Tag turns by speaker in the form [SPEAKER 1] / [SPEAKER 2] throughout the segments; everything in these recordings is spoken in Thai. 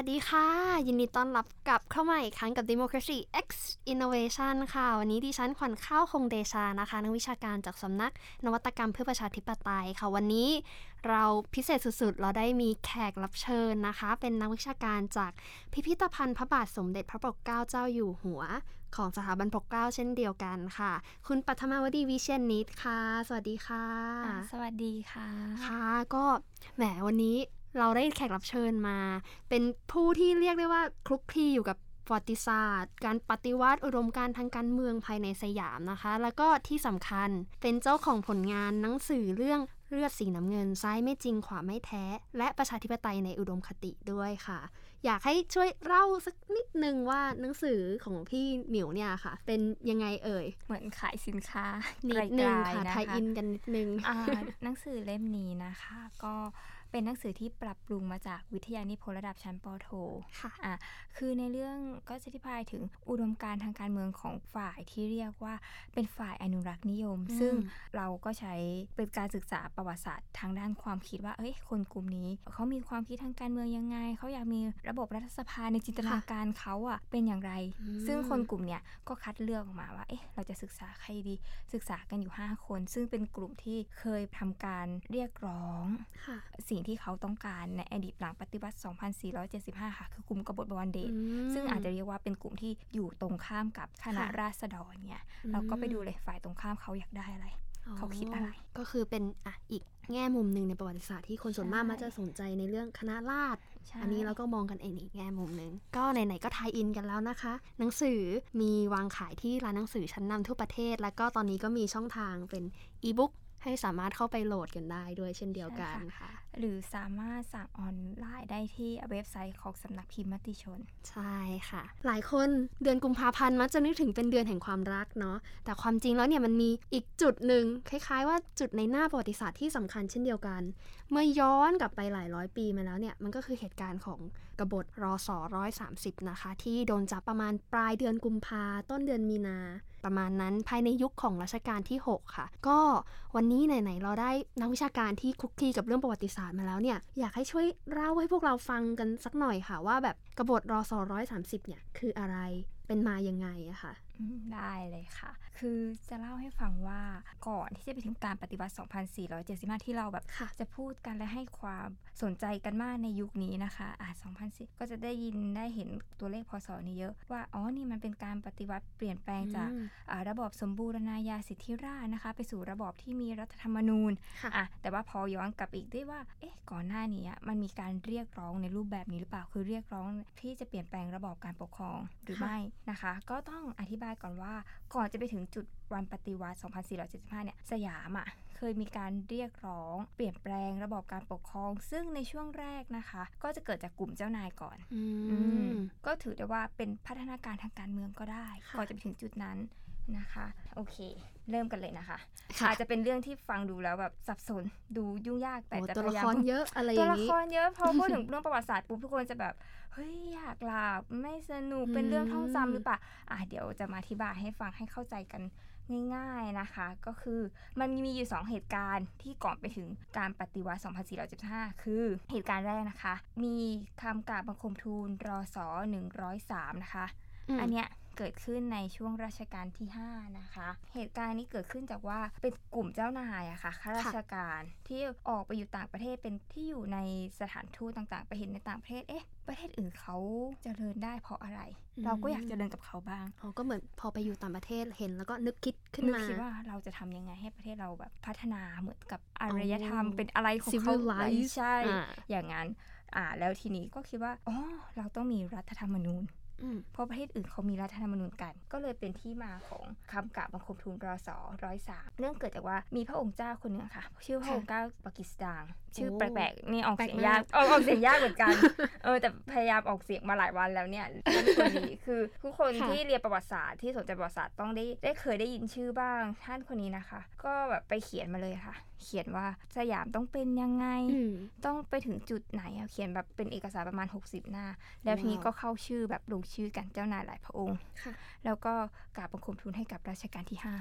[SPEAKER 1] ยินดีต้อนรับกลับเข้ามาอีกครั้งกับ Democracy X Innovation ค่ะ วันนี้ดิฉันขวัญข้าวคงเดชานะคะ นักวิชาการจากสำนักนวัตกรรมเพื่อประชาธิปไตยค่ะ วันนี้เราพิเศษสุดๆ เราได้มีแขกรับเชิญนะคะ เป็นนักวิชาการจากพิพิธภัณฑ์พระบาทสมเด็จพระปกเกล้าเจ้าอยู่หัว ของสถาบันปกเกล้าเช่นเดียวกันค่ะ คุณปัทมาวดีวิเชียนนิดค่ะ สวัสดีค่ะ
[SPEAKER 2] อ่าสวัสดีค่ะ
[SPEAKER 1] ค่ะก็แหมวันนี้เราได้แขกรับเชิญมา เป็นผู้ที่เรียกได้ว่าคลุกคลีอยู่กับประวัติศาสตร์ การปฏิวัติอุดมการณ์ทางการเมืองภายในสยามนะคะ แล้วก็ที่สำคัญเป็นเจ้าของผลงานหนังสือเรื่องเลือดสีน้ำเงิน ซ้ายไม่จริงขวาไม่แท้ และประชาธิปไตยในอุดมคติด้วยค่ะ อยากให้ช่วยเล่าสักนิดนึงว่าหนังสือของพี่หมิวเนี่ยค่ะ เป็นยังไงเอ่ย
[SPEAKER 2] เหมือนขายสินค้า
[SPEAKER 1] นิ
[SPEAKER 2] นิ
[SPEAKER 1] ดนึงค่ะไทยอินกันนิดนึง
[SPEAKER 2] หนังสือเล่มนี้นะคะ ก็เป็นหนังสือที่ปรับปรุงมาจากวิทยานิพนธ์ระดับชั้นปโท
[SPEAKER 1] ค่ะ
[SPEAKER 2] อ่ะคือในเรื่องก็จะอธิบายถึงอุดมการณ์ทางการเมืองของฝ่ายที่เรียกว่าเป็นฝ่ายอนุรักษ์นิยม
[SPEAKER 1] อืม
[SPEAKER 2] ซึ่งเราก็ใช้เป็นการศึกษาประวัติศาสตร์ทางด้านความคิดว่า เอ้ย คนกลุ่มนี้เขามีความคิดทางการเมืองยังไง เขาอยากมีระบบรัฐสภาในจินตนาการเขาอะเป็นอย่างไร
[SPEAKER 1] อืม
[SPEAKER 2] ซึ่งคนกลุ่มเนี้ยก็คัดเลือกออกมาว่า เอ๊ะ เราจะศึกษาใครดี ศึกษากันอยู่ 5 คน ซึ่งเป็นกลุ่มที่เคยทำการเรียกร้อง
[SPEAKER 1] ค่ะ
[SPEAKER 2] สิ่งที่เขาต้องการในอดีตหลังปฏิวัติ 2475 ค่ะ คือกลุ่มกบฏบวรเดช
[SPEAKER 1] อืม
[SPEAKER 2] ซึ่งอาจจะเรียกว่าเป็นกลุ่มที่อยู่ตรงข้ามกับคณะ
[SPEAKER 1] ค่ะ
[SPEAKER 2] ราษฎรเนี่ย
[SPEAKER 1] อืม
[SPEAKER 2] เราก็ไปดูเลยฝ่ายตรงข้ามเขาอยากได้อะไร เขาคิดอะไร
[SPEAKER 1] ก็คือเป็นอ่ะอีกแง่มุมหนึ่งในประวัติศาสตร์ที่คนส่วนมาก
[SPEAKER 2] ใช่
[SPEAKER 1] มักจะสนใจในเรื่องคณะราษฎร
[SPEAKER 2] ใช่
[SPEAKER 1] อันนี้เราก็มองกันเองอีกแง่มุมหนึ่งก็ไหนๆก็ไทยอินกันแล้วนะคะ หนังสือมีวางขายที่ร้านหนังสือชั้นนำทั่วประเทศ แล้วก็ตอนนี้ก็มีช่องทางเป็นอีบุ๊กให้สามารถเข้าไปโหลดกันได้ด้วยเช่นเดียวกันค่ะ
[SPEAKER 2] หรือสามารถสั่งออนไลน์ได้ที่เว็บไซต์ของสำนักพิมพ์มติชน
[SPEAKER 1] ใช่ค่ะ หลายคนเดือนกุมภาพันธ์มักจะนึกถึงเป็นเดือนแห่งความรักเนาะแต่ความจริงแล้วเนี่ยมันมีอีกจุดหนึ่งคล้ายๆ ว่าจุดในหน้าประวัติศาสตร์ที่สำคัญเช่นเดียวกัน เมื่อย้อนกลับไปหลายร้อยปีมาแล้วเนี่ยมันก็คือเหตุการณ์ของกบฏรอสอร้อยสามสิบนะคะ ที่โดนจับประมาณปลายเดือนกุมภาต้นเดือนมีนา ประมาณนั้นภายในยุคของรัชกาลที่ 6 ค่ะ ก็วันนี้ไหนๆเราได้นักวิชาการที่คลุกคลีกับเรื่องประวัติศาสตร์มาแล้วเนี่ยอยากให้ช่วยเล่าให้พวกเราฟังกันสักหน่อยค่ะ ว่าแบบกบฏรอสอร้อยสามสิบเนี่ยคืออะไรเป็นมายังไงอะค่ะ
[SPEAKER 2] อืมได้เลยค่ะ คือจะเล่าให้ฟังว่าก่อนที่จะไปถึงการปฏิวัติ 2475 ที่เราแบบ
[SPEAKER 1] ค่ะ
[SPEAKER 2] จะพูดกันและให้ความสนใจกันมากในยุคนี้นะคะ อ่ะ2010 ก็จะได้ยินได้เห็นตัวเลขพศนี้เยอะ ว่า อ๋อ นี่มันเป็นการปฏิวัติเปลี่ยนแปลงจาก
[SPEAKER 1] อืม
[SPEAKER 2] อ่าระบอบสมบูรณาญาสิทธิราชย์นะคะ ไปสู่ระบอบที่มีรัฐธรรมนูญ
[SPEAKER 1] ค่ะ
[SPEAKER 2] อ่ะแต่ว่าพอย้อนกลับอีกด้วยว่า เอ๊ะ ก่อนหน้านี้อะมันมีการเรียกร้องในรูปแบบนี้หรือเปล่า คือเรียกร้องที่จะเปลี่ยนแปลงระบอบการปกครองหรือ
[SPEAKER 1] ค่ะ
[SPEAKER 2] ไม่นะคะ ก็ต้องอธิบายก่อนว่า ก่อนจะไปถึงจุดวันปฏิวัติ 2475 เนี่ย สยามอ่ะ เคยมีการเรียกร้อง เปลี่ยนแปลงระบอบการปกครอง ซึ่งในช่วงแรกนะคะ ก็จะเกิดจากกลุ่มเจ้านายก่อน
[SPEAKER 1] อื
[SPEAKER 2] อืม
[SPEAKER 1] ม
[SPEAKER 2] ก็ถือได้ว่าเป็นพัฒนาการทางการเมืองก็ได้
[SPEAKER 1] ค่ะ
[SPEAKER 2] ก่อนจะไปถึงจุดนั้นนะคะ โอเค เริ่มกันเลยนะคะ
[SPEAKER 1] ค่ะ
[SPEAKER 2] อาจจะเป็นเรื่องที่ฟังดูแล้วแบบสับสนดูยุ่งยากแต่
[SPEAKER 1] โอ้
[SPEAKER 2] จะ
[SPEAKER 1] ตัว
[SPEAKER 2] พ
[SPEAKER 1] ละ
[SPEAKER 2] ยายา
[SPEAKER 1] คร
[SPEAKER 2] ม
[SPEAKER 1] เยอะอะไรอ
[SPEAKER 2] ตัว
[SPEAKER 1] ย่าง
[SPEAKER 2] ละ
[SPEAKER 1] นี้
[SPEAKER 2] ครเยอะพอพูดถึงเรื่องประวัติศาสตร์ปุ๊บทุกคนจะแบบเฮ้ยอยากหลับไม่สนุก
[SPEAKER 1] อืม
[SPEAKER 2] เป็นเรื่องท่องจำหรือเปล่าอ่ะเดี๋ยวจะมาอธิบายให้ฟังให้เข้าใจกันง่ายๆนะคะ ก็คือมันมีอยู่ 2 เหตุการณ์ที่ก่อนไปถึงการปฏิวัติ 2475 คือเหตุการณ์แรกนะคะ มีคำกราบบังคมทูลรอสอ103 นะคะ
[SPEAKER 1] ม
[SPEAKER 2] อันเนี้ยเกิดขึ้นในช่วงรัชกาลที่ 5 นะคะ เหตุการณ์นี้เกิดขึ้นจากว่าเป็นกลุ่มเจ้านายอะค่ะข้าราชการที่ออกไปอยู่ต่างประเทศเป็นที่อยู่ในสถานทูตต่างๆ ไปเห็นในต่างประเทศเอ๊ะ ประเทศอื่นเขาเจริญได้เพราะอะไร
[SPEAKER 1] อืม
[SPEAKER 2] เราก็อยากเจริญกับเขาบ้าง
[SPEAKER 1] อ๋อก็เหมือนพอไปอยู่ต่างประเทศเห็นแล้วก็นึกคิดขึ้น
[SPEAKER 2] นึก
[SPEAKER 1] มา
[SPEAKER 2] คิดว่าเราจะทำยังไงให้ประเทศเราแบบพัฒนาเหมือนกับอารยธรรม
[SPEAKER 1] อ๋อ
[SPEAKER 2] เป็นอะไรของเขา
[SPEAKER 1] Civilized
[SPEAKER 2] ใช่
[SPEAKER 1] อ่า
[SPEAKER 2] อย่างนั้นอ่าแล้วทีนี้ก็คิดว่าอ๋อเราต้องมีรัฐธรรมนูญ
[SPEAKER 1] อืม
[SPEAKER 2] เพราะประเทศอื่นเขามีรัฐธรรมนูญกัน ก็เลยเป็นที่มาของคำกราบบังคมทูลรอสอร้อยสามเรื่องเกิดจากว่ามีพระองค์เจ้าคนหนึ่งอะค่ะ ชื่อพระองค์เจ้าปากีสถานชื่อ
[SPEAKER 1] โอ้
[SPEAKER 2] แปลกๆนี่ออกเสียง
[SPEAKER 1] แปลกมาก
[SPEAKER 2] ยากออกออกเสียงยากเหมือน กัน เออแต่พยายามออกเสียงมาหลายวันแล้วเนี่ยท่านคนนี้คือทุกคน
[SPEAKER 1] ค่ะ
[SPEAKER 2] ที่เรียนประวัติศาสตร์ที่สนใจประวัติศาสตร์ต้องได้ได้เคยได้ยินชื่อบ้าง ท่านคนนี้นะคะ ก็แบบไปเขียนมาเลยค่ะ เขียนว่าสยามต้องเป็นยังไง
[SPEAKER 1] อืม
[SPEAKER 2] ต้องไปถึงจุดไหนอะเขียนแบบเป็นเอกสารประมาณ 60 หน้า แล้วทีนี้
[SPEAKER 1] ว้าว
[SPEAKER 2] ก็เข้าชื่อแบบลงชื่อกันเจ้านายหลายพระองค์
[SPEAKER 1] ค่ะ
[SPEAKER 2] แล้วก็กราบบังคมทูลให้กับรัชกาลที่
[SPEAKER 1] อ๋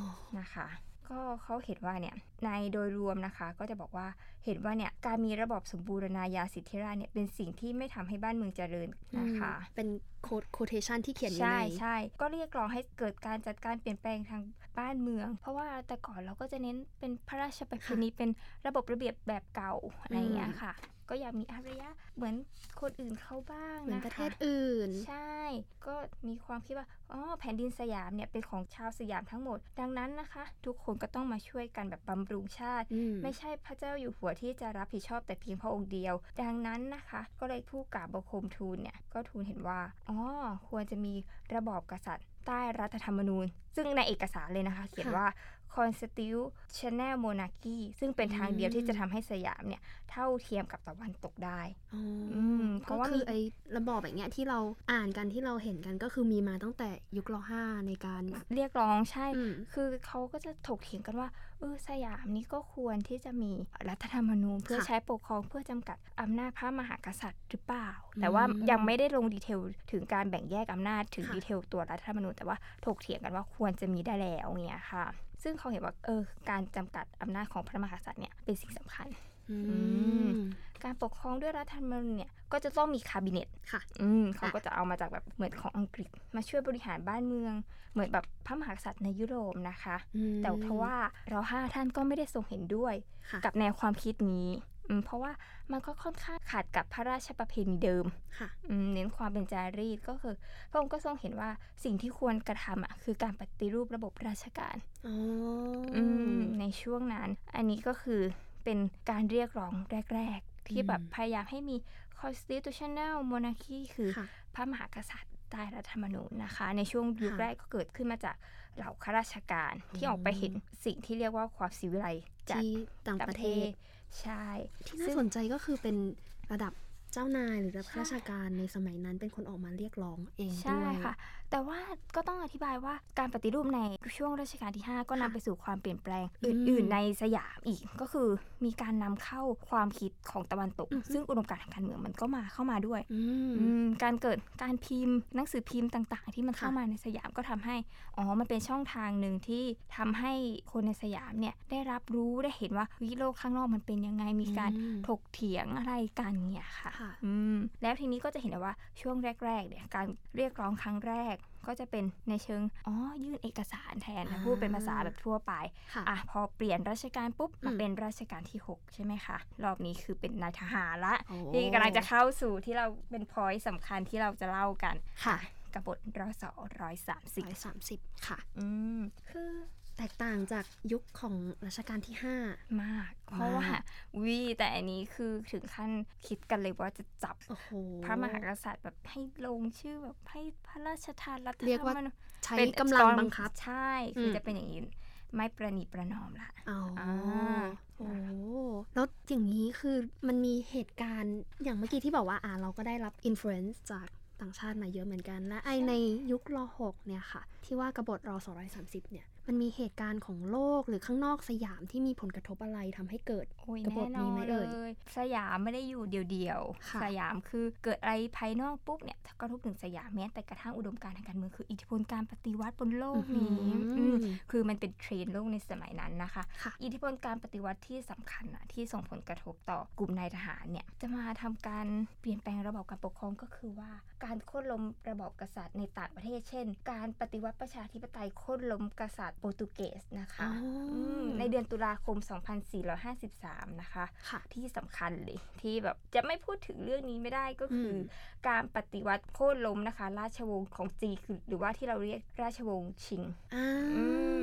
[SPEAKER 1] อ
[SPEAKER 2] 5 นะคะ ก็เขาเห็นว่าเนี่ยในโดยรวมนะคะก็จะบอกว่าเห็นว่าเนี่ยการมีระบอบสมบูรณาญาสิทธิราชย์เนี่ยเป็นสิ่งที่ไม่ทำให้บ้านเมืองเจริญนะคะ
[SPEAKER 1] อืมเป็นโคดโคเทชันที่เขียนอยู่
[SPEAKER 2] ใช่
[SPEAKER 1] ใน
[SPEAKER 2] ใช่ก็เรียกร้องให้เกิดการจัดการเปลี่ยนแปลงทางบ้านเมือง เพราะว่าแต่ก่อนเราก็จะเน้นเป็นพระราชประเพณีเป็นระบบระเบียบแบบเก่าอะไรอย่างเงี้ยค่ะ ก็อยากมีอารยะเหมือนคนอื่นเขาบ้าง
[SPEAKER 1] เหมือน
[SPEAKER 2] นะ
[SPEAKER 1] ประเท
[SPEAKER 2] คะ
[SPEAKER 1] ศอื่น
[SPEAKER 2] ใช่ ก็มีความคิดว่าอ๋อแผ่นดินสยามเนี่ยเป็นของชาวสยามทั้งหมด ดังนั้นนะคะ ทุกคนก็ต้องมาช่วยกันแบบบำรุงชาติ
[SPEAKER 1] อืม
[SPEAKER 2] ไม่ใช่พระเจ้าอยู่หัวที่จะรับผิดชอบแต่เพียงพระองค์เดียว ดังนั้นนะคะ ก็เลยผู้กราบบังคมทูลเนี่ยก็ทูลเห็นว่าอ๋อควรจะมีระบอบกษัตริย์ใต้รัฐธรรมนูญ ซึ่งในเอกสารเลยนะคะ เขียนว่า constitutional monarchy ซึ่งเป็นทางเดียวที่จะทำให้สยามเนี่ย เท่าเทียมกับตะวันตกได้
[SPEAKER 1] อ๋ออ
[SPEAKER 2] มเพ
[SPEAKER 1] ก็
[SPEAKER 2] ราะว่า
[SPEAKER 1] คือ
[SPEAKER 2] มี
[SPEAKER 1] ไอ้ระบอบแบบเนี้ยที่เราอ่านกันที่เราเห็นกันก็คือมีมาตั้งแต่ยุครห้าในการ
[SPEAKER 2] เรียกร้องใช่
[SPEAKER 1] อืม
[SPEAKER 2] คือเขาก็จะถกเถียงกันว่าเออสยามนี่ก็ควรที่จะมีรัฐธรรมนูญเพื่อ
[SPEAKER 1] ค่ะ
[SPEAKER 2] ใช้ปกครองเพื่อจำกัดอำนาจพระมหากษัตริย์หรือเปล่า แต่ว่ายังไม่ได้ลงดีเทลถึงการแบ่งแยกอำนาจถึง
[SPEAKER 1] ค่ะ
[SPEAKER 2] ดีเทลตัวรัฐธรรมนูญแต่ว่าถกเถียงกันว่าควรจะมีได้แล้วเงี้ยค่ะ ซึ่งเขาเห็นว่าเออการจำกัดอำนาจของพระมหากษัตริย์เนี่ยเป็นสิ่งสำคัญ
[SPEAKER 1] อืม
[SPEAKER 2] ม การปกครองด้วยรัฐธรรมนูญเนี่ยก็จะต้องมีคาบิเนต
[SPEAKER 1] ค่ะ
[SPEAKER 2] อืมเขา
[SPEAKER 1] อ่ะ
[SPEAKER 2] ก็จะเอามาจากแบบเหมือนของอังกฤษ มาช่วยบริหารบ้านเมือง เหมือนแบบพระมหากษัตริย์ในยุโรปนะคะ
[SPEAKER 1] อืม
[SPEAKER 2] แต่ทว่าเราห้าท่านก็ไม่ได้ทรงเห็นด้วย
[SPEAKER 1] ค่ะ
[SPEAKER 2] กับแนวความคิดนี้อืมเพราะว่ามันก็ค่อนข้างขัดกับพระราชประเพณีเดิม
[SPEAKER 1] ค่ะ
[SPEAKER 2] อืมเน้นความเป็นจารีตก็คือ พระองค์ก็ทรงเห็นว่าสิ่งที่ควรกระทำอ่ะคือการปฏิรูประบบราชการ
[SPEAKER 1] อ๋ออ
[SPEAKER 2] อืมในช่วงนั้น อันนี้ก็คือเป็นการเรียกร้องแรก ๆ ที่แบบ
[SPEAKER 1] อืม
[SPEAKER 2] พยายามให้มี constitutional monarchy คือ
[SPEAKER 1] ค่ะ
[SPEAKER 2] พระมหากษัตริย์ใต้รัฐธรรมนูญนะคะ ในช่วงยุค
[SPEAKER 1] ค่ะ
[SPEAKER 2] แรกก็เกิดขึ้นมาจากเหล่าข้าราชการที่
[SPEAKER 1] อืม
[SPEAKER 2] ออกไปเห็นสิ่งที่เรียกว่าความศิวิไลซ์จาก
[SPEAKER 1] ที่ต่างประเทศ
[SPEAKER 2] ใช่
[SPEAKER 1] ที่น่า
[SPEAKER 2] ซึ่ง
[SPEAKER 1] สนใจก็คือเป็นระดับเจ้านายหรือระดับ
[SPEAKER 2] ใช่
[SPEAKER 1] ข้าราชการในสมัยนั้นเป็นคนออกมาเรียกร้องเอง
[SPEAKER 2] ใช่
[SPEAKER 1] ด้วย
[SPEAKER 2] ค่ะ แต่ว่าก็ต้องอธิบายว่าการปฏิรูปในช่วงรัชกาลที่ 5 ก็นำ
[SPEAKER 1] ค่ะ
[SPEAKER 2] ไปสู่ความเปลี่ยนแปลง
[SPEAKER 1] อืม
[SPEAKER 2] อื่น ๆ ในสยามอีกก็คือมีการนำเข้าความคิดของตะวันตก
[SPEAKER 1] อือฮึ
[SPEAKER 2] ซึ่งอุดมการณ์ทางการเมืองมันก็มาเข้ามาด้วย
[SPEAKER 1] อืม
[SPEAKER 2] อืมการเกิดการพิมพ์หนังสือพิมพ์ต่างๆ ที่มัน
[SPEAKER 1] ค่ะ
[SPEAKER 2] เข้ามาในสยามก็ทำให้อ๋อมันเป็นช่องทางหนึ่งที่ทำให้คนในสยามเนี่ยได้รับรู้ได้เห็นว่าวิโลกข้างนอกมันเป็นยังไงมีการ
[SPEAKER 1] อืม
[SPEAKER 2] ถกเถียงอะไรกันเนี่ยค่ะ
[SPEAKER 1] ค่ะ
[SPEAKER 2] อืมแล้วทีนี้ก็จะเห็นได้ว่าช่วงแรกๆเนี่ยการเรียกร้องครั้งแรก ก็จะเป็นในเชิงอ๋อยื่นเอกสารแทนนะ
[SPEAKER 1] อ่า
[SPEAKER 2] พูดเป็นภาษาแบบทั่วไป
[SPEAKER 1] ค่ะ
[SPEAKER 2] อ่ะพอเปลี่ยนราชการปุ๊บมา
[SPEAKER 1] อืม
[SPEAKER 2] เป็นราชการที่หกใช่ไหมคะรอบนี้คือเป็นนายทหารละ
[SPEAKER 1] โอ้
[SPEAKER 2] ที่กำลังจะเข้าสู่ที่เราเป็นพอยต์สำคัญที่เราจะเล่ากัน
[SPEAKER 1] ค่ะ
[SPEAKER 2] กับบทร้อยสองร้อยสามสิบ
[SPEAKER 1] ร้อยสามสิบค่ะ
[SPEAKER 2] อืมคือ
[SPEAKER 1] แตกต่างจากยุคของรัชกาลที่
[SPEAKER 2] มาก เพราะว่าวีแต่อันนี้คือถึงขั้นคิดกันเลยว่าจะจับ
[SPEAKER 1] 5 โอ้โห
[SPEAKER 2] พระมหากษัตริย์แบบให้ลงชื่อแบบให้พระราชทานรัฐธรรมนูญ
[SPEAKER 1] เรียกว่า ใช้
[SPEAKER 2] เป็น
[SPEAKER 1] กำลังบังคับ
[SPEAKER 2] ใช่ คืออ
[SPEAKER 1] ม
[SPEAKER 2] จะเป็นอย่างนี้ ไม่ประนีประนอมละ
[SPEAKER 1] อ๋ออา โอ้แล้วอย่างนี้คือมันมีเหตุการณ์อย่างเมื่อกี้ที่บอกว่าอ่าเราก็ได้รับอิ f ฟ u e n c e จากต่างชาติมาเยอะเหมือนกัน และไอในยุครหกเนี่ยค่ะ ที่ว่ากบฏร230 เนี่ย มันมีเหตุการณ์ของโลกหรือข้างนอกสยามที่มีผลกระทบอะไรทำให้เกิด
[SPEAKER 2] โอ้ย
[SPEAKER 1] กบฏ
[SPEAKER 2] แน่น
[SPEAKER 1] มี
[SPEAKER 2] อน
[SPEAKER 1] ไหม
[SPEAKER 2] เล
[SPEAKER 1] เอ่ย
[SPEAKER 2] ย สยามไม่ได้อยู่เดียว
[SPEAKER 1] ค่ะ
[SPEAKER 2] ๆ สยามคือเกิดอะไรภายนอกปุ๊บเนี่ยกระทบถึงสยามแม้แต่กระทั่งอุดมการณ์ทางการเมืองคืออิทธิพลการปฏิวัติบนโลกนี้
[SPEAKER 1] อื้อหืออื
[SPEAKER 2] มคือมันเป็นเทรนด์โลกในสมัยนั้นนะคะ
[SPEAKER 1] ค่ะ
[SPEAKER 2] อิทธิพลการปฏิวัติที่สำคัญอะที่ส่งผลกระทบต่อกลุ่มนายทหารเนี่ยจะมาทำการเปลี่ยนแปลงระบอบการปกครองก็คือว่า การโค่นล้มระบอบกษัตริย์ในต่างประเทศ เช่น การปฏิวัติประชาธิปไตยโค่นล้มกษัตริย์โปรตุเกสนะคะ
[SPEAKER 1] อ๋ออื
[SPEAKER 2] มใน เดือนตุลาคม 2453 นะคะ
[SPEAKER 1] ค่ะ
[SPEAKER 2] ที่สำคัญเลยที่แบบจะไม่พูดถึงเรื่องนี้ไม่ได้ก็คืออ
[SPEAKER 1] ม
[SPEAKER 2] การปฏิวัติโค่นล้มนะคะ ราชวงศ์ของจีนคือหรือว่าที่เราเรียกราชวงศ์ชิง
[SPEAKER 1] อ่า
[SPEAKER 2] อืม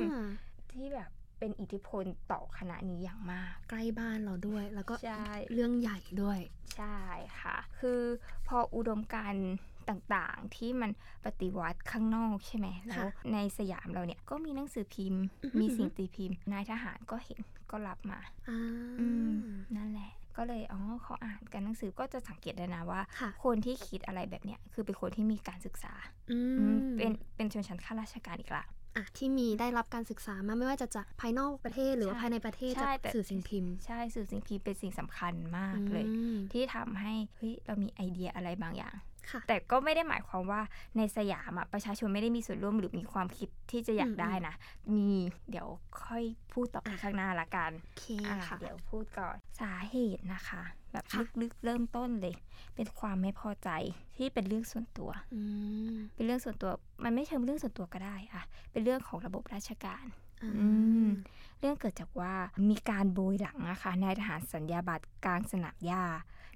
[SPEAKER 2] ที่แบบเป็นอิทธิพลต่อคณะนี้อย่างมาก
[SPEAKER 1] ใกล้บ้านเราด้วย แล้วก็
[SPEAKER 2] ใช่
[SPEAKER 1] เรื่องใหญ่ด้วย
[SPEAKER 2] ใช่ค่ะ คือพออุดมการณ์ต่างๆ ที่มันปฏิวัติข้างนอกใช่ไหมแล้วในสยามเราเนี่ยก็มีหนังสือพิมพ์
[SPEAKER 1] อือหือ
[SPEAKER 2] มีสิ่งตีพิมพ์ นายทหารก็เห็นก็รับมา
[SPEAKER 1] อ่า
[SPEAKER 2] อืม นั่นแหละ ก็เลยอ๋อเขาอ่านกันหนังสือก็จะสังเกตได้นะว่า
[SPEAKER 1] ค่ะ
[SPEAKER 2] คนที่คิดอะไรแบบเนี้ยคือเป็นคนที่มีการศึกษา
[SPEAKER 1] อืม
[SPEAKER 2] อืมเป็นเป็นชนชั้นข้าราชการอีกละ
[SPEAKER 1] อ่ะที่มีได้รับการศึกษามาไม่ว่าจะจากภายนอกประเทศหรือว่า
[SPEAKER 2] ใช่
[SPEAKER 1] ภายในประเทศ
[SPEAKER 2] ใช่
[SPEAKER 1] จาก
[SPEAKER 2] แต่
[SPEAKER 1] สื่อสิ่งพิมพ์
[SPEAKER 2] ใช่สื่อสิ่งพิมพ์เป็นสิ่งสำคัญมากเลย
[SPEAKER 1] อืม
[SPEAKER 2] ที่ทำให้เฮ้ยเรามีไอเดียอะไรบางอย่าง
[SPEAKER 1] ค่ะ
[SPEAKER 2] แต่ก็ไม่ได้หมายความว่าในสยามอะประชาชนไม่ได้มีส่วนร่วมหรือมีความคิดที่จะอยาก
[SPEAKER 1] อืม
[SPEAKER 2] ได้นะ มีเดี๋ยวค่อยพูดต่อไปข้างหน้าละกัน
[SPEAKER 1] โอเค
[SPEAKER 2] อ่า
[SPEAKER 1] ค่ะ
[SPEAKER 2] เดี๋ยวพูดก่อนสาเหตุนะคะ แบบ
[SPEAKER 1] ค่ะ
[SPEAKER 2] ลึกๆเริ่มต้นเลย เป็นความไม่พอใจที่เป็นเรื่องส่วนตัว
[SPEAKER 1] อืม
[SPEAKER 2] เป็นเรื่องส่วนตัวมันไม่เชิงเรื่องส่วนตัวก็ได้อะเป็นเรื่องของระบบราชการ
[SPEAKER 1] อ่า
[SPEAKER 2] อืม เรื่องเกิดจากว่ามีการโบยหลังนะคะนายทหารสัญญาบัตรกลางสนามหญ้า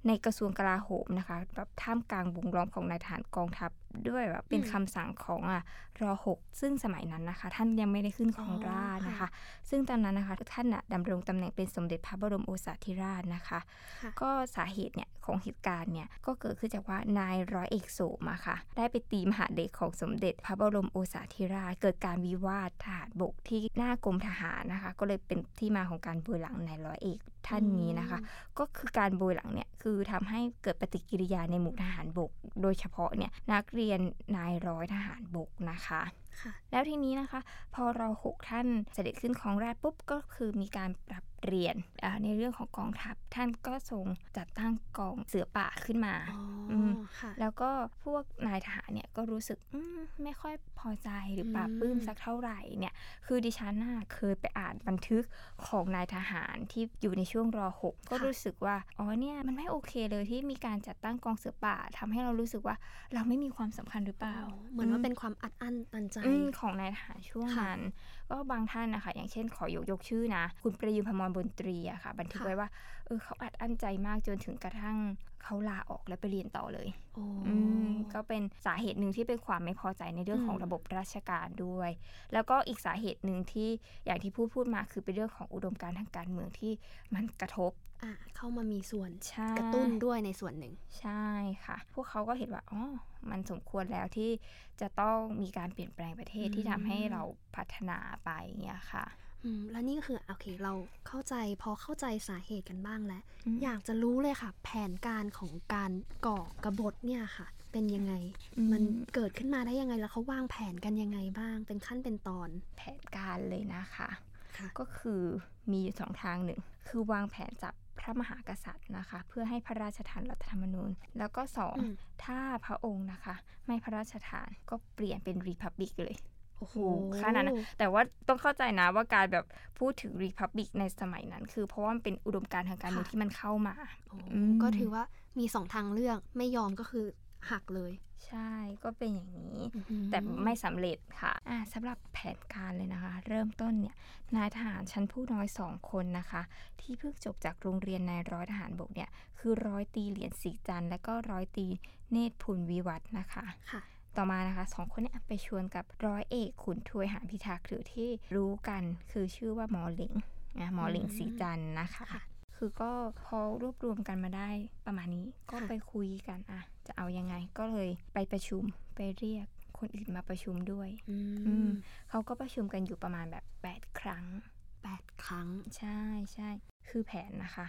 [SPEAKER 2] ในกระทรวงกลาโหมนะคะแบบท่ามกลางวงล้อมของนายทหารกองทัพด้วยแบบเป็นคำสั่งของอ่ะรอหกซึ่งสมัยนั้นนะคะ ท่านยังไม่ได้ขึ้นครองราชย์นะคะ ซึ่งตอนนั้นนะคะท่านน่ะดำรงตำแหน่งเป็นสมเด็จพระบรมโอสาธิราชนะคะ
[SPEAKER 1] ค่ะ
[SPEAKER 2] ก็สาเหตุเนี่ยของเหตุการณ์เนี่ยก็เกิดขึ้นจากว่านายร้อยเอกโสมอะค่ะ ได้ไปตีมหาเด็กของสมเด็จพระบรมโอสาธิราช เกิดการวิวาททหารบกที่หน้ากรมทหารนะคะ ก็เลยเป็นที่มาของการโบยหลังนายร้อยเอกท่านนี้นะคะ ก็คือการโบยหลังเนี่ยคือทำให้เกิดปฏิกิริยาในหมู่ทหารบก โดยเฉพาะเนี่ยนักเรียนนายร้อยทหารบกนะคะ
[SPEAKER 1] ค่ะ
[SPEAKER 2] แล้วทีนี้นะคะ พอเราหกท่านเสด็จขึ้นครองราชย์ปุ๊บก็คือมีการปรับเปลี่ยนอ่าในเรื่องของกองทัพท่านก็ทรงจัดตั้งกองเสือป่าขึ้นมา
[SPEAKER 1] อ๋ออ
[SPEAKER 2] ม
[SPEAKER 1] ค่ะ
[SPEAKER 2] แล้วก็พวกนายทหารเนี่ยก็รู้สึกอืมไม่ค่อยพอใจหรือ
[SPEAKER 1] อืม
[SPEAKER 2] ปราบปลื้มสักเท่าไหร่เนี่ยคือดิฉันน่ะเคยไปอ่านบันทึกของนายทหารที่อยู่ในช่วงรอหกก็รู้สึกว่าอ๋อเนี่ยมันไม่โอเคเลยที่มีการจัดตั้งกองเสือป่าทำให้เรารู้สึกว่าเราไม่มีความสำคัญหรือเปล่า
[SPEAKER 1] อ๋อเหมือนว่าเป็นความอัดอั้นตันใจ
[SPEAKER 2] อืมของนายทหารช่วง
[SPEAKER 1] ค่ะ
[SPEAKER 2] นั้น ก็บางท่านนะคะ อย่างเช่นขอยกยกชื่อนะ คุณประยุรพมรบนตรีอะค่ะ บันทึก
[SPEAKER 1] ค่ะ
[SPEAKER 2] ไว้ว่าเออเขาอัดอั้นใจมากจนถึงกระทั่งเขาลาออกแล้วไปเรียนต่อเลย
[SPEAKER 1] โอ้
[SPEAKER 2] อืมก็เป็นสาเหตุหนึ่งที่เป็นความไม่พอใจในเรื่อง
[SPEAKER 1] อืม
[SPEAKER 2] ของระบบราชการด้วย แล้วก็อีกสาเหตุหนึ่งที่อย่างที่พูดพูดมาคือเป็นเรื่องของอุดมการณ์ทางการเมืองที่มันกระทบ
[SPEAKER 1] อ่ะเข้ามามีส่วน
[SPEAKER 2] ใช่
[SPEAKER 1] กระตุ้นด้วยในส่วนหนึ่ง
[SPEAKER 2] ใช่ค่ะ พวกเขาก็เห็นว่า อ๋อ มันสมควรแล้วที่จะต้องมีการเปลี่ยนแปลงประเทศ
[SPEAKER 1] อืม
[SPEAKER 2] ที่ทำให้เราพัฒนาไปอย่างเงี้ยค่ะ
[SPEAKER 1] อืมแล้วนี่ก็คือโอเคเราเข้าใจพอเข้าใจสาเหตุกันบ้างแล้ว
[SPEAKER 2] ม
[SPEAKER 1] อยากจะรู้เลยค่ะ แผนการของการก่อกบฏเนี่ยค่ะ เป็นยังไง
[SPEAKER 2] อื
[SPEAKER 1] มันเกิดขึ้นมาได้ยังไงแล้วเขาวางแผนกันยังไงบ้าง เป็นขั้นเป็นตอน
[SPEAKER 2] แผนการเลยนะคะ
[SPEAKER 1] ค่ะ
[SPEAKER 2] ก็คือมีอยู่สองทางหนึ่ง คือวางแผนจับพระมหากษัตริย์นะคะ เพื่อให้พระราชทานรัฐธรรมนูญ แล้วก็สอง
[SPEAKER 1] อืม
[SPEAKER 2] ถ้าพระองค์นะคะ ไม่พระราชทานก็เปลี่ยนเป็นรีพับบิกเลย
[SPEAKER 1] โอ้โห
[SPEAKER 2] โอ้โหขนาดนั้นแต่ว่าต้องเข้าใจนะว่าการแบบพูดถึงรีพับบิกในสมัยนั้น คือเพราะว่ามันเป็นอุดมการณ์ทางการเมือง
[SPEAKER 1] ค่ะ
[SPEAKER 2] ที่มันเข้ามา
[SPEAKER 1] โอ้
[SPEAKER 2] อืม
[SPEAKER 1] ก็ถือว่ามีสองทางเลือกไม่ยอมก็คือหักเลย
[SPEAKER 2] ใช่ก็เป็นอย่างนี้
[SPEAKER 1] อื้อหือ
[SPEAKER 2] แต่ไม่สำเร็จค่ะอ่ะสำหรับแผนการเลยนะคะ เริ่มต้นเนี่ยนายทหารชั้นผู้น้อยสองคนนะคะ ที่เพิ่งจบจากโรงเรียนนายร้อยทหารบกเนี่ยคือร้อยตีเหรียญศรีจันทร์และก็ร้อยตีเนตรภูลวิวัฒน์นะคะ
[SPEAKER 1] ค่ะ
[SPEAKER 2] ต่อมานะคะสองคนเนี่ยไปชวนกับร้อยเอกขุนทวยหานพิทักษ์หรือที่รู้กันคือชื่อว่าหมอเหลิงนะหมอเหลิง
[SPEAKER 1] อืม
[SPEAKER 2] สีจันทร์นะคะ
[SPEAKER 1] ค่ะ
[SPEAKER 2] คือก็พอรวบรวมกันมาได้ประมาณนี้ก็
[SPEAKER 1] ค่ะ
[SPEAKER 2] ไปคุยกันอะจะเอายังไงก็เลยไปประชุมไปเรียกคนอื่นมาประชุมด้วย
[SPEAKER 1] อืม
[SPEAKER 2] อืม เขาก็ประชุมกันอยู่ประมาณแบบ 8 ครั้ง
[SPEAKER 1] แปดครั้ง
[SPEAKER 2] ใช่ใช่คือแผนนะคะ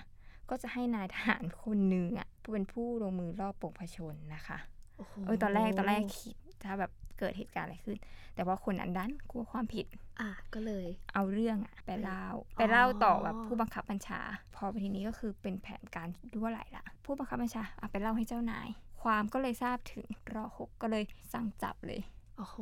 [SPEAKER 2] ก็จะให้นายทหารคนหนึ่งอะเป็นผู้ลงมือรอบปกพชนนะคะ
[SPEAKER 1] โอ้โห
[SPEAKER 2] เออตอนแรกตอนแรกคิดถ้าแบบเกิดเหตุการณ์อะไรขึ้น แต่ว่าคนอันดันกลัวความผิด
[SPEAKER 1] อ่ะก็เลย
[SPEAKER 2] เอาเรื่องอะไปเล่า
[SPEAKER 1] อ
[SPEAKER 2] ไปเล่าต่อแบบผู้บังคับบัญชา พอไปทีนี้ก็คือเป็นแผนการด้วไหลละผู้บังคับบัญชาเอาไปเล่าให้เจ้านาย ความก็เลยทราบถึงรอหกก็เลยสั่งจับเลย
[SPEAKER 1] โอ้โห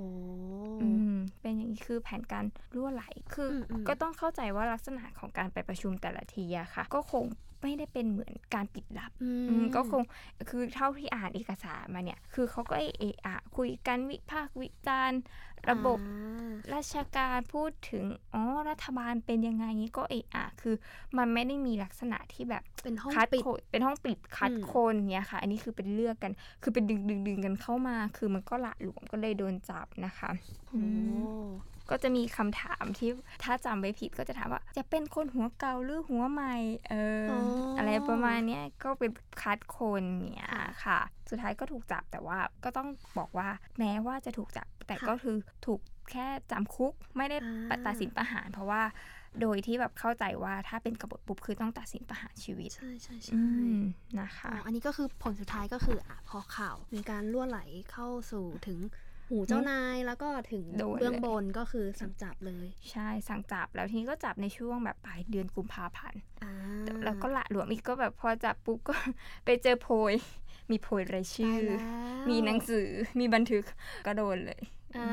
[SPEAKER 2] อืมเป็นอย่างนี้คือแผนการรั่วไหลคืออ
[SPEAKER 1] มอืม
[SPEAKER 2] ก็ต้องเข้าใจว่าลักษณะของการไปประชุมแต่ละทีอะค่ะ ก็คงไม่ได้เป็นเหมือนการปิดลับ
[SPEAKER 1] อืม
[SPEAKER 2] อืมก็คงคือเท่าที่อ่านเอกสารมาเนี่ย คือเขาก็เอะอะคุยกันวิพากษ์วิจารณ์ระบบ
[SPEAKER 1] อ่า
[SPEAKER 2] ราชการพูดถึงอ๋อรัฐบาลเป็นยังไงนี้ก็เอะอะคือ มันไม่ได้มีลักษณะที่แบบ
[SPEAKER 1] เป็นห้อง
[SPEAKER 2] คัด
[SPEAKER 1] ปิด
[SPEAKER 2] คนเป็นห้องปิดคัด
[SPEAKER 1] อืม
[SPEAKER 2] คนเนี่ยค่ะ อันนี้คือเป็นเลือกกัน คือเป็นดึงดึงดึงกันเข้ามา คือมันก็ละหลวมก็เลยโดนจับนะคะ
[SPEAKER 1] โอ้โห
[SPEAKER 2] ก็จะมีคำถามที่ถ้าจำไม่ผิดก็จะถามว่า จะเป็นคนหัวเก่าหรือหัวใหม่ เออออะไรประมาณเนี้ยก็เป็นคัดคนเนี่ยค่ะ สุดท้ายก็ถูกจับแต่ว่าก็ต้องบอกว่าแม้ว่าจะถูกจับ แต่ก็คือถูกแค่จำคุกไม่ได้
[SPEAKER 1] อ่า
[SPEAKER 2] ตัดสินประหาร เพราะว่าโดยที่แบบเข้าใจว่าถ้าเป็นกบฏปุ๊บคือต้องตัดสินประหารชีวิต
[SPEAKER 1] ใช่ใช่ใช่
[SPEAKER 2] อืมนะ
[SPEAKER 1] อ๋
[SPEAKER 2] คะ
[SPEAKER 1] ออันนี้ก็คือผลสุดท้ายก็คืออ่ะพอข่าวมีการล่วไหลเข้าสู่ถึงหูเจ้านายแล้วก็ถึง
[SPEAKER 2] โดนเลย
[SPEAKER 1] เบื้องบนก็คือสั่งจับเลย
[SPEAKER 2] ใช่สั่งจับแล้วทีนี้ก็จับในช่วงแบบปลายเดือนกุมภาพันธ์
[SPEAKER 1] อ่า
[SPEAKER 2] แล้วก็ละหลวมอีกก็แบบพอจับปุ๊บก็ ไปเจอโพย มีโพยรายชื่อ มีหนังสือมีบันทึกก็โดนเลย
[SPEAKER 1] อ่า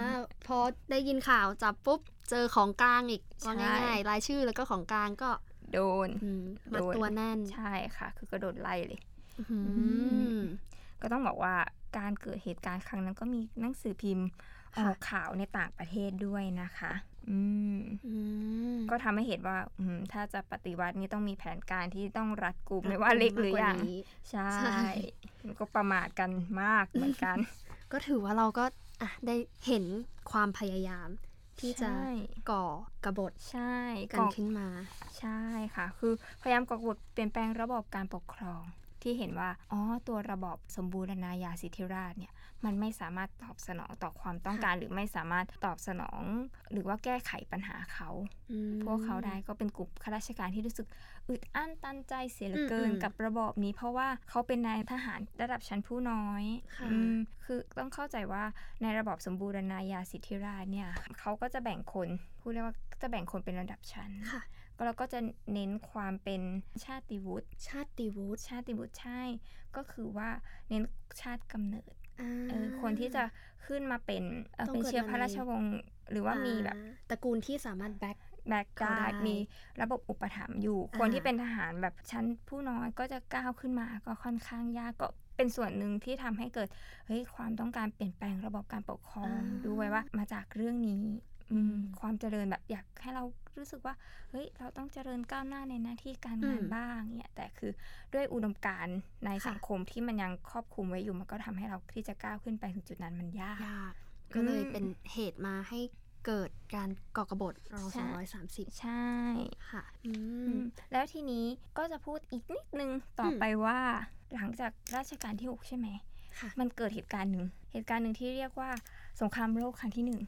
[SPEAKER 1] พอได้ยินข่าวจับปุ๊บเจอของกลางอีก
[SPEAKER 2] ใช่
[SPEAKER 1] ว่าง่ายๆรายชื่อแล้วก็ของกลางก็
[SPEAKER 2] โดน
[SPEAKER 1] อืมมัด
[SPEAKER 2] โดน
[SPEAKER 1] ตัวแน่น
[SPEAKER 2] ใช่ค่ะ คือก็โดนไล่เลย
[SPEAKER 1] อืม
[SPEAKER 2] ก็ต้องบอกว่าการเกิดเหตุการณ์ครั้งนั้นก็มีหนังสือพิมพ์อ
[SPEAKER 1] ค่ะ
[SPEAKER 2] อกข่าวในต่างประเทศด้วยนะคะ อืม
[SPEAKER 1] อืม
[SPEAKER 2] ก็ทำให้เห็นว่าอืมถ้าจะปฏิวัตินี่ต้องมีแผนการที่ต้องรัดกุม
[SPEAKER 1] รัด
[SPEAKER 2] ไม่ว่าเล็ก
[SPEAKER 1] ม
[SPEAKER 2] หรือ
[SPEAKER 1] ว่
[SPEAKER 2] ใหญ่
[SPEAKER 1] นี้
[SPEAKER 2] ใช่
[SPEAKER 1] ใช่
[SPEAKER 2] มันก็ประมาทกันมากเหมือนกัน
[SPEAKER 1] ก็ถือว่าเราก็อ่ะได้เห็นความพยายาม ที่จะ
[SPEAKER 2] ใช่
[SPEAKER 1] ก่อกบฏ
[SPEAKER 2] ใช่
[SPEAKER 1] กั
[SPEAKER 2] ก่
[SPEAKER 1] น
[SPEAKER 2] อ
[SPEAKER 1] ขึ้นมา
[SPEAKER 2] ใช่ค่ะ คือพยายามก่อกฎเปลี่ยนแปลงระบอบการปกครอง ที่เห็นว่าอ๋อตัวระบอบสมบูรณาญาสิทธิราชเนี่ยมันไม่สามารถตอบสนองต่อความต้องการ หรือไม่สามารถตอบสนอง หรือว่าแก้ไขปัญหาเขา
[SPEAKER 1] อืม
[SPEAKER 2] พวกเขาได้ก็เป็นกลุ่มข้าราชการที่รู้สึกอึดอั้นตันใจเสียเหลือเกิน
[SPEAKER 1] อืมๆ
[SPEAKER 2] กับระบอบนี้ เพราะว่าเขาเป็นนายทหารระดับชั้นผู้น้อย
[SPEAKER 1] ค่ะ
[SPEAKER 2] อืมคือต้องเข้าใจว่าในระบอบสมบูรณาญาสิทธิราชเนี่ยเขาก็จะแบ่งคนพูดเรียกว่าจะแบ่งคนเป็นระดับชั้น
[SPEAKER 1] ค่ะ
[SPEAKER 2] ก็เราก็จะเน้นความเป็นชาติวุฒิ
[SPEAKER 1] ชาติวุฒิ
[SPEAKER 2] ชาติวุฒิใช่ ก็คือว่าเน้นชาติกำเนิด
[SPEAKER 1] อ่า
[SPEAKER 2] เออคนที่จะขึ้นมาเป็นเอ่อ
[SPEAKER 1] ต้อง
[SPEAKER 2] เป็น
[SPEAKER 1] เกิด
[SPEAKER 2] เชื้อ
[SPEAKER 1] มา
[SPEAKER 2] พระ
[SPEAKER 1] ใน
[SPEAKER 2] ราชวงศ์หรือว่ามีแบบ
[SPEAKER 1] อ่ตระกูลที่สามารถแบ็ค
[SPEAKER 2] แบกกา
[SPEAKER 1] เขา
[SPEAKER 2] ด
[SPEAKER 1] ได้
[SPEAKER 2] มีระบบอุปถัมภ์อยู่
[SPEAKER 1] อ่า
[SPEAKER 2] คนที่เป็นทหารแบบชั้นผู้น้อยก็จะก้าวขึ้นมาก็ค่อนข้างยากก็เป็นส่วนหนึ่งที่ทำให้เกิดเฮ้ยความต้องการเปลี่ยนแปลงระบบการปกครองด้วยว่ามาจากเรื่องนี้อืมความเจริญแบบอยากให้เรารู้สึกว่าเฮ้ยเราต้องเจริญก้าวหน้าในหน้าที่การงานบ้างเนี่ยแต่คือด้วยอุดมการณ์ในสังคมที่มันยังครอบคลุมไว้อยู่มันก็ทำให้เราที่จะก้าวขึ้นไปถึงจุดนั้นมันยาก
[SPEAKER 1] ยากก็เลย
[SPEAKER 2] อืม
[SPEAKER 1] เป็นเหตุมาให้เกิดการก่อกบฏร
[SPEAKER 2] ใช่
[SPEAKER 1] 230
[SPEAKER 2] ใช่
[SPEAKER 1] ค่ะอื
[SPEAKER 2] อื
[SPEAKER 1] ม
[SPEAKER 2] มแล้วทีนี้ก็จะพูดอีกนิดนึงต่ออ
[SPEAKER 1] ม
[SPEAKER 2] ไปว่า หลังจากราชการที่ 6 ใช่ไหม
[SPEAKER 1] ค่ะ
[SPEAKER 2] มันเกิดเหตุการณ์หนึ่งเหตุการณ์หนึ่งที่เรียกว่าสงครามโลกครั้งที่หนึ่ง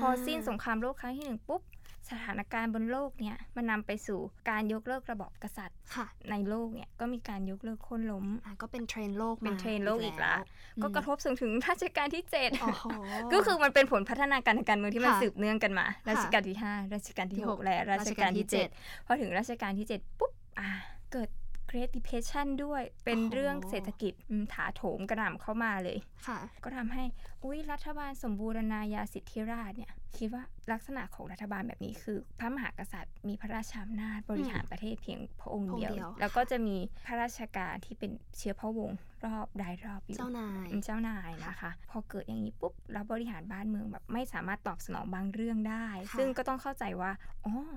[SPEAKER 2] พอสิ้นสงครามโลกครั้งที่หนึ่งปุ๊บ สถานการณ์บนโลกเนี่ยมันนำไปสู่การยกเลิกระบอบกษัตริย์
[SPEAKER 1] ค่ะ
[SPEAKER 2] ในโลกเนี่ยก็มีการยกเลิกโค่นล้ม
[SPEAKER 1] อ่าก็เป็นเทรนด์โลกมา
[SPEAKER 2] เป็นเทรนด์โลกอีกละ
[SPEAKER 1] อืม
[SPEAKER 2] ก็กระทบส่งถึงราชการที่เจ็ด
[SPEAKER 1] โอ้โห
[SPEAKER 2] ก็คือมันเป็นผลพัฒนาการทางการเมืองที่มัน
[SPEAKER 1] ค่ะ
[SPEAKER 2] สืบเนื่องกันมา
[SPEAKER 1] ค่ะ
[SPEAKER 2] ราชการที่ห้าราชการที่
[SPEAKER 1] ที่
[SPEAKER 2] ห
[SPEAKER 1] ห
[SPEAKER 2] ก
[SPEAKER 1] ก
[SPEAKER 2] และราชการที่เจ็ด
[SPEAKER 1] ด
[SPEAKER 2] พอถึงรัชกาลที่ 7 ปุ๊บ อ่า เกิด Great Depression ด้วย เป็น
[SPEAKER 1] โอ้โห
[SPEAKER 2] เรื่องเศรษฐกิจอืมถาโถมกระหน่ำเข้ามาเลย
[SPEAKER 1] ค่ะ
[SPEAKER 2] ก็ทำให้ อุ้ยรัฐบาลสมบูรณาญาสิทธิราชเนี่ย คิดว่าลักษณะของรัฐบาลแบบนี้คือ พระมหากษัตริย์มีพระราชอำนาจบริหารประเทศเพียงพระองค์
[SPEAKER 1] พระองค์
[SPEAKER 2] เดียว
[SPEAKER 1] เดียว
[SPEAKER 2] แล้วก็จะมีข้าราชการที่เป็นเชื้อพระวงศ์รอบรายรอบอยู่
[SPEAKER 1] เจ้านาย
[SPEAKER 2] เป็นเจ้านายนะคะ พอเกิดอย่างนี้ปุ๊บเราบริหารบ้านเมืองแบบไม่สามารถตอบสนองบางเรื่องได้
[SPEAKER 1] ค่ะ
[SPEAKER 2] ซึ่งก็ต้องเข้าใจว่าอ๋อ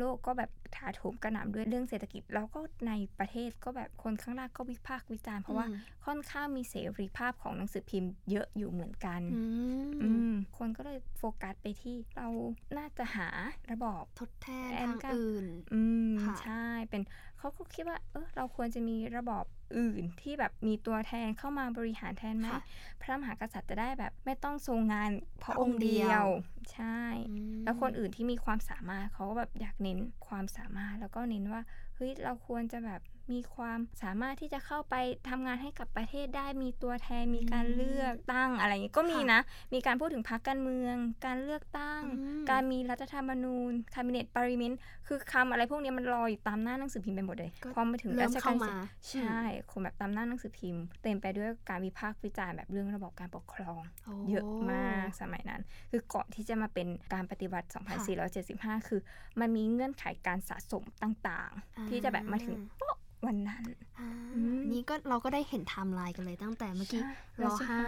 [SPEAKER 2] โลกก็แบบถาโถมกระหน่ำด้วยเรื่องเศรษฐกิจ แล้วก็ในประเทศก็แบบคนข้างล่างก็วิพากษ์วิจารณ์เพราะว่า
[SPEAKER 1] อืม
[SPEAKER 2] ค่อนข้างมีเสรีภาพของหนังสือพิมพ์เยอะอยู่เหมือนกัน
[SPEAKER 1] อืม
[SPEAKER 2] อืมคนก็เลยโฟกัสไปที่เราน่าจะหาระบอบ
[SPEAKER 1] ทดแทน
[SPEAKER 2] แอน
[SPEAKER 1] ทาง
[SPEAKER 2] ก็
[SPEAKER 1] อื่น
[SPEAKER 2] อืม
[SPEAKER 1] ค่ะ
[SPEAKER 2] ใช่เป็นเขาก็คิดว่า เออเราควรจะมีระบอบอื่นที่แบบมีตัวแทนเข้ามาบริหารแทนไหม
[SPEAKER 1] ค่ะ
[SPEAKER 2] พระมหากษัตริย์จะได้แบบไม่ต้องทรงงานพ
[SPEAKER 1] พ
[SPEAKER 2] ระ
[SPEAKER 1] ระ
[SPEAKER 2] อ
[SPEAKER 1] องงค์
[SPEAKER 2] ค์เดีย
[SPEAKER 1] เดียว ว
[SPEAKER 2] ใช่
[SPEAKER 1] อืม
[SPEAKER 2] แล้วคนอื่นที่มีความสามารถเขาก็แบบอยากเน้นความสามารถแล้วก็เน้นว่าเฮ้ยเราควรจะแบบมีความสามารถที่จะเข้าไปทำงานให้กับประเทศได้มีตัวแทนมีการเลือกตั้งอะไรอย่างนี้ก็มีนะ มีการพูดถึงพรรคการเมือง การเลือกตั้ง
[SPEAKER 1] อืม
[SPEAKER 2] การมีรัฐธรรมนูญคาบิเนตปาริเมนต์คือคำอะไรพวกเนี้ยมันลอยอยู่ตามหน้าหนังสือพิมพ์ไปหมดเลย
[SPEAKER 1] ก็
[SPEAKER 2] พอมาถึง
[SPEAKER 1] เริ่มเข้า
[SPEAKER 2] ที่
[SPEAKER 1] มา
[SPEAKER 2] สิบใช่คงแบบตามหน้าหนังสือพิมพ์ เต็มไปด้วยการวิพากษ์วิจารณ์แบบเรื่องระบอบการปกครอง
[SPEAKER 1] โอ้
[SPEAKER 2] เยอะมากสมัยนั้น คือก่อนที่จะมาเป็นการปฏิวัติ 2475 คือ มันมีเงื่อนไขการสะสมต่าง
[SPEAKER 1] อ่า
[SPEAKER 2] ๆ ที่จะแบบมาถึงโป๊ะวันนั้น
[SPEAKER 1] อ่า
[SPEAKER 2] อืม
[SPEAKER 1] นี่ก็เราก็ได้เห็นไทม์ไลน์กันเลยตั้งแต่เมื่อกี้รอ
[SPEAKER 2] ใช่
[SPEAKER 1] ห้า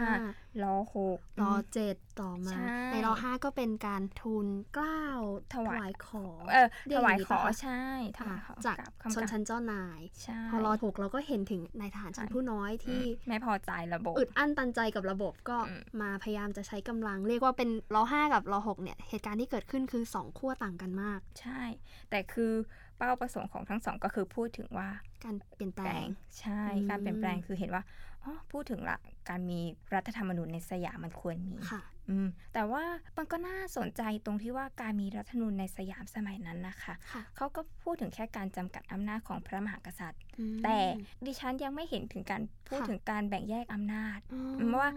[SPEAKER 2] รอหก
[SPEAKER 1] รอเจ็ดต่อมา
[SPEAKER 2] ใช่
[SPEAKER 1] ในรอห้าก็เป็นการทูลเกล้า
[SPEAKER 2] ถวาย
[SPEAKER 1] ขอ
[SPEAKER 2] เออ
[SPEAKER 1] เรีย
[SPEAKER 2] ถ
[SPEAKER 1] ก
[SPEAKER 2] วา
[SPEAKER 1] อ
[SPEAKER 2] ย
[SPEAKER 1] ย่างนี้
[SPEAKER 2] ข
[SPEAKER 1] ปะ
[SPEAKER 2] อ
[SPEAKER 1] คะ
[SPEAKER 2] ใช่ถวายขอ
[SPEAKER 1] จาก
[SPEAKER 2] บคำ
[SPEAKER 1] ชนชั้นเจ้านาย
[SPEAKER 2] ใช่
[SPEAKER 1] พอรอหกเราก็เห็นถึงนายทหารชั้นผู้น้อยที่
[SPEAKER 2] ไม่พอใจระบบ
[SPEAKER 1] อึดอั้นตันใจกับระบบก็
[SPEAKER 2] อืม
[SPEAKER 1] มาพยายามจะใช้กำลัง เรียกว่าเป็นรอห้ากับรอหกเนี่ย เหตุการณ์ที่เกิดขึ้นคือสองขั้วต่างกันมาก
[SPEAKER 2] ใช่ แต่คือเป้าประสงค์ของทั้งสองก็คือพูดถึงว่า
[SPEAKER 1] การเปลี่ยนแปลง
[SPEAKER 2] ใช่
[SPEAKER 1] อืม
[SPEAKER 2] การเปลี่ยนแปลงคือเห็นว่าอ๋อพูดถึงละการมีรัฐธรรมนูญในสยามมันควรมี
[SPEAKER 1] ค่ะ
[SPEAKER 2] อืมแต่ว่ามันก็น่าสนใจตรงที่ว่าการมีรัฐธรรมนูญในสยามสมัยนั้นนะคะ
[SPEAKER 1] ค่ะ
[SPEAKER 2] เขาก็พูดถึงแค่การจำกัดอำนาจของพระมหากษัตริย์
[SPEAKER 1] อืม
[SPEAKER 2] แต่ดิฉันยังไม่เห็นถึงการพูด
[SPEAKER 1] ค่ะ
[SPEAKER 2] ถึงการแบ่งแยกอำนาจ
[SPEAKER 1] อืม
[SPEAKER 2] ว่า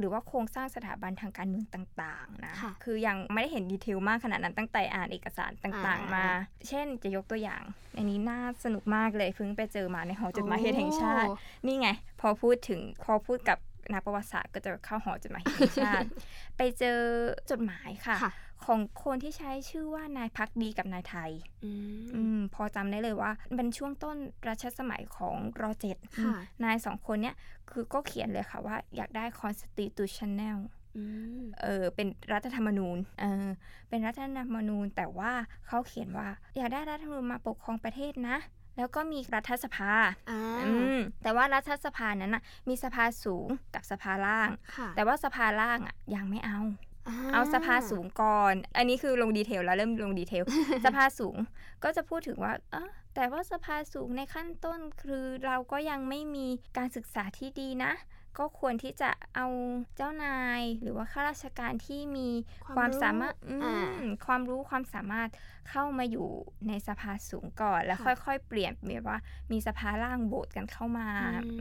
[SPEAKER 2] หรือว่าโครงสร้างสถาบันทางการเมืองต่างๆนะ
[SPEAKER 1] ค่ะ
[SPEAKER 2] คือยังไม่ได้เห็นดีเทลมากขนาดนั้นตั้งแต่อ่านเอกสารต่างๆ
[SPEAKER 1] อ่าม
[SPEAKER 2] มา เช่นจะยกตัวอย่าง อันนี้น่าสนุกมากเลยเพิ่งไปเจอมาในหอจดหมายเหตุแห่งชาติ นี่ไง พอพูดถึงพอพูดกับนักประวัติศาสตร์ก็จะเข้าหอจดหมายเหตุแห่งชาติ ไปเจอจดหมายค่ะ
[SPEAKER 1] ค่ะ
[SPEAKER 2] ของคนที่ใช้ชื่อว่านายพักดีกับนายไทย
[SPEAKER 1] อื
[SPEAKER 2] อื
[SPEAKER 1] ม
[SPEAKER 2] มพอจำได้เลยว่าเป็นช่วงต้นรัชสมัยของรอเจ็ด
[SPEAKER 1] ค่ะ
[SPEAKER 2] นายสองคนเนี้ยคือก็เขียนเลยค่ะว่าอยากได้ constitutional
[SPEAKER 1] อืม
[SPEAKER 2] เออเป็นรัฐธรรมนูญเออเป็นรัฐธรรมนูญ แต่ว่าเขาเขียนว่า อยากได้รัฐธรรมนูญมาปกครองประเทศนะ แล้วก็มีรัฐสภา
[SPEAKER 1] อ่า
[SPEAKER 2] อืมแต่ว่ารัฐสภานั้นนะมีสภาสูงกับสภาล่าง
[SPEAKER 1] ค่ะ
[SPEAKER 2] แต่ว่าสภาล่างอ่ะยังไม่เอา เอาสภาสู
[SPEAKER 1] ง
[SPEAKER 2] งก่อน อันนี้คือลงดีเทลแล้วเริ่มลงดีเทล สภาสูงก็จะพูดถึงว่าเออแต่ว่าสภาสูงในขั้นต้นคือเราก็ยังไม่มีการศึกษาที่ดีนะ ก็ควรที่จะเอาเจ้านาย หรือว่าข้าราชการที่มี
[SPEAKER 1] ความ
[SPEAKER 2] ความสามารถ
[SPEAKER 1] รู้อ่า
[SPEAKER 2] อืมความรู้ความสามารถเข้ามาอยู่ในสภาสูงก่อน แล้ว
[SPEAKER 1] ค่ะ
[SPEAKER 2] ค่อยๆ เปลี่ยนเป็นว่ามีสภาล่างโบสกันเข้ามา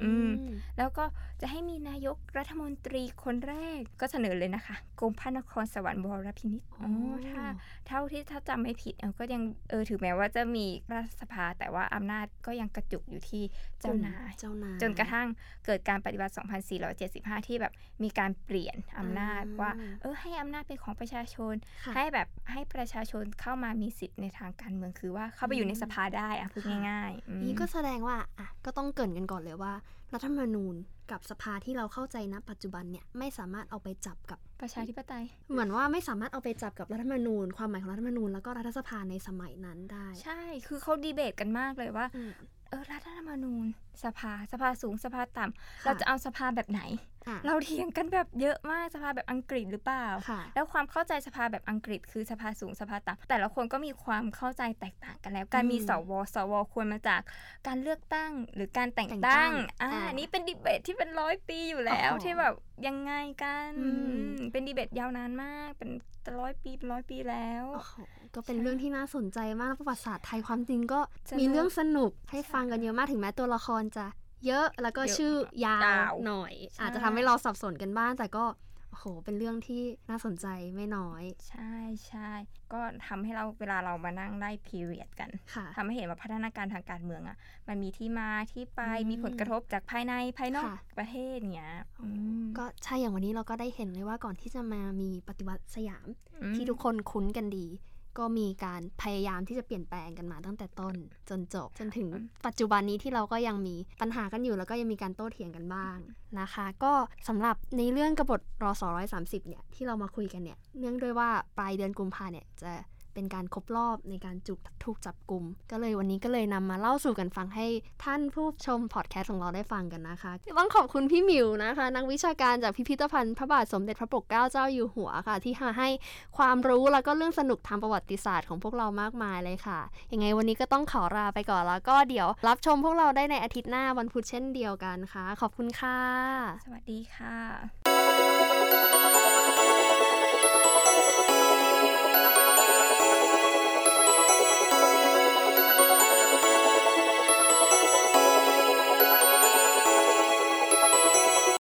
[SPEAKER 2] อืม แล้วก็จะให้มีนายกรัฐมนตรีคนแรกก็เสนอเลยนะคะกรมพระนครสวรรค์วรพินิจอ๋อถ้าเท่าที่ถ้าจำไม่ผิดเออก็ยังเออถึงแม้ว่าจะมีรัฐสภาแต่ว่าอำนาจก็ยังกระจุกอยู่ที่เจ้านาย
[SPEAKER 1] เจ้านาย
[SPEAKER 2] จนกระทั่งเกิดการปฏิวัติ 2475 ที่แบบมีการเปลี่ยนอำนาจ
[SPEAKER 1] อ่า
[SPEAKER 2] ว่า เออให้อำนาจเป็นของประชาชน
[SPEAKER 1] ค่ะ
[SPEAKER 2] ให้แบบให้ประชาชนเข้ามามีสิทธิ์ในทางการเมืองคือว่าเข้าไปอ
[SPEAKER 1] อื
[SPEAKER 2] ยู่
[SPEAKER 1] ม
[SPEAKER 2] ในสภาได้อะพูด
[SPEAKER 1] ค่ะ
[SPEAKER 2] ง่ายๆอืม
[SPEAKER 1] นี่ก็แสดงว่าอ่ะก็ต้องเกรินกันก่อนเลยว่า รัฐธรรมนูญกับสภาที่เราเข้าใจณปัจจุบันเนี่ยไม่สามารถเอาไปจับกับ
[SPEAKER 2] ประชาธิปไตย
[SPEAKER 1] เหมือนว่าไม่สามารถเอาไปจับกับรัฐธรรมนูญ ความหมายของรัฐธรรมนูญแล้วก็รัฐสภาในสมัยนั้นได้
[SPEAKER 2] ใช่ คือเขาดีเบตกันมากเลยว่า
[SPEAKER 1] อืม
[SPEAKER 2] เออรัฐธรรมนูญ สภาสภาสูงสภาต่ำ
[SPEAKER 1] ค่ะ
[SPEAKER 2] เราจะเอาสภาแบบไหน
[SPEAKER 1] อ่ะ
[SPEAKER 2] เราเถียงกันแบบเยอะมากสภาแบบอังกฤษหรือเปล่า
[SPEAKER 1] ค่ะ
[SPEAKER 2] แล้วความเข้าใจสภาแบบอังกฤษคือสภาสูงสภาต่ำแต่ละคนก็มีความเข้าใจแตกต่างกันแล้ว การมี
[SPEAKER 1] อืม
[SPEAKER 2] สวสวควรมาจากการเลือกตั้งหรือการแต่ง
[SPEAKER 1] แต่งตั้
[SPEAKER 2] ตั้
[SPEAKER 1] ง
[SPEAKER 2] งอ่า
[SPEAKER 1] อ่า
[SPEAKER 2] นี่เป็นดีเบตที่เป็นร้อยปีอยู่แล้ว
[SPEAKER 1] โอ้โห
[SPEAKER 2] ที่แบบยังไงกัน
[SPEAKER 1] อืม
[SPEAKER 2] อืมเป็นดีเบตยาวนานมาก เป็นร้อยปีเป็นร้อยปีแล้ว
[SPEAKER 1] โอ้โหก็เป็นเรื่องที่น่าสนใจมากแล้วประวัติศาสตร์ไทยความจริงก็
[SPEAKER 2] จะ
[SPEAKER 1] มีเรื่องสนุกให้
[SPEAKER 2] ใช่
[SPEAKER 1] ฟังกันเยอะมากถึงแม้ตัวละครจะเยอะแล้วก็
[SPEAKER 2] เยอะ
[SPEAKER 1] ชื่อยาย
[SPEAKER 2] าว ว
[SPEAKER 1] หน่อย
[SPEAKER 2] ใช่
[SPEAKER 1] อาจจะทำให้เราสับสนกันบ้างแต่ก็โอ้โห เป็นเรื่องที่น่าสนใจไม่น้อย
[SPEAKER 2] ใช่ใช่ก็ทำให้เราเวลาเรามานั่งไล่พีเรียดกัน
[SPEAKER 1] ค่ะ
[SPEAKER 2] ทำให้เห็นว่าพัฒนาการทางการเมืองอะ่ะ มันมีที่มาที่ไป
[SPEAKER 1] อืม
[SPEAKER 2] มีผลกระทบจากภายในภายนอก
[SPEAKER 1] ค่ะ
[SPEAKER 2] ประเทศเนี้ยอืม
[SPEAKER 1] ก็ใช่อย่างวันนี้เราก็ได้เห็นเลยว่าก่อนที่จะมามีปฏิวัติสยาม
[SPEAKER 2] อืม
[SPEAKER 1] ที่ทุกคนคุ้นกันดี ก็มีการพยายามที่จะเปลี่ยนแปลงกันมาตั้งแต่ต้นจนจบ จนถึงปัจจุบันนี้ที่เราก็ยังมีปัญหากันอยู่แล้วก็ยังมีการโต้เถียงกันบ้างนะคะ ก็สำหรับในเรื่องกบฏรอสร้อยสามสิบเนี่ยที่เรามาคุยกันเนี่ยเนื่องด้วยว่าปลายเดือนกุมภาเนี่ยจะเป็นการครบรอบในการจุกถูกจับกลุ่มก็เลยวันนี้ก็เลยนำมาเล่าสู่กันฟังให้ท่านผู้ชมพอดแคสต์ของเราได้ฟังกันนะคะต้องขอบคุณพี่หมิวนะคะ นักวิชาการจากพิพิธภัณฑ์พระบาทสมเด็จพระปกเกล้าเจ้าอยู่หัวค่ะ ที่มาให้ ความรู้แล้วก็เรื่องสนุกทางประวัติศาสตร์ของพวกเรามากมายเลยค่ะ ยังไงวันนี้ก็ต้องขอลาไปก่อนแล้วก็เดี๋ยวรับชมพวกเราได้ในอาทิตย์หน้าวันพุธเช่นเดียวกันค่ะ ขอบคุณค่ะ
[SPEAKER 2] สวัสดีค่ะ
[SPEAKER 3] Thank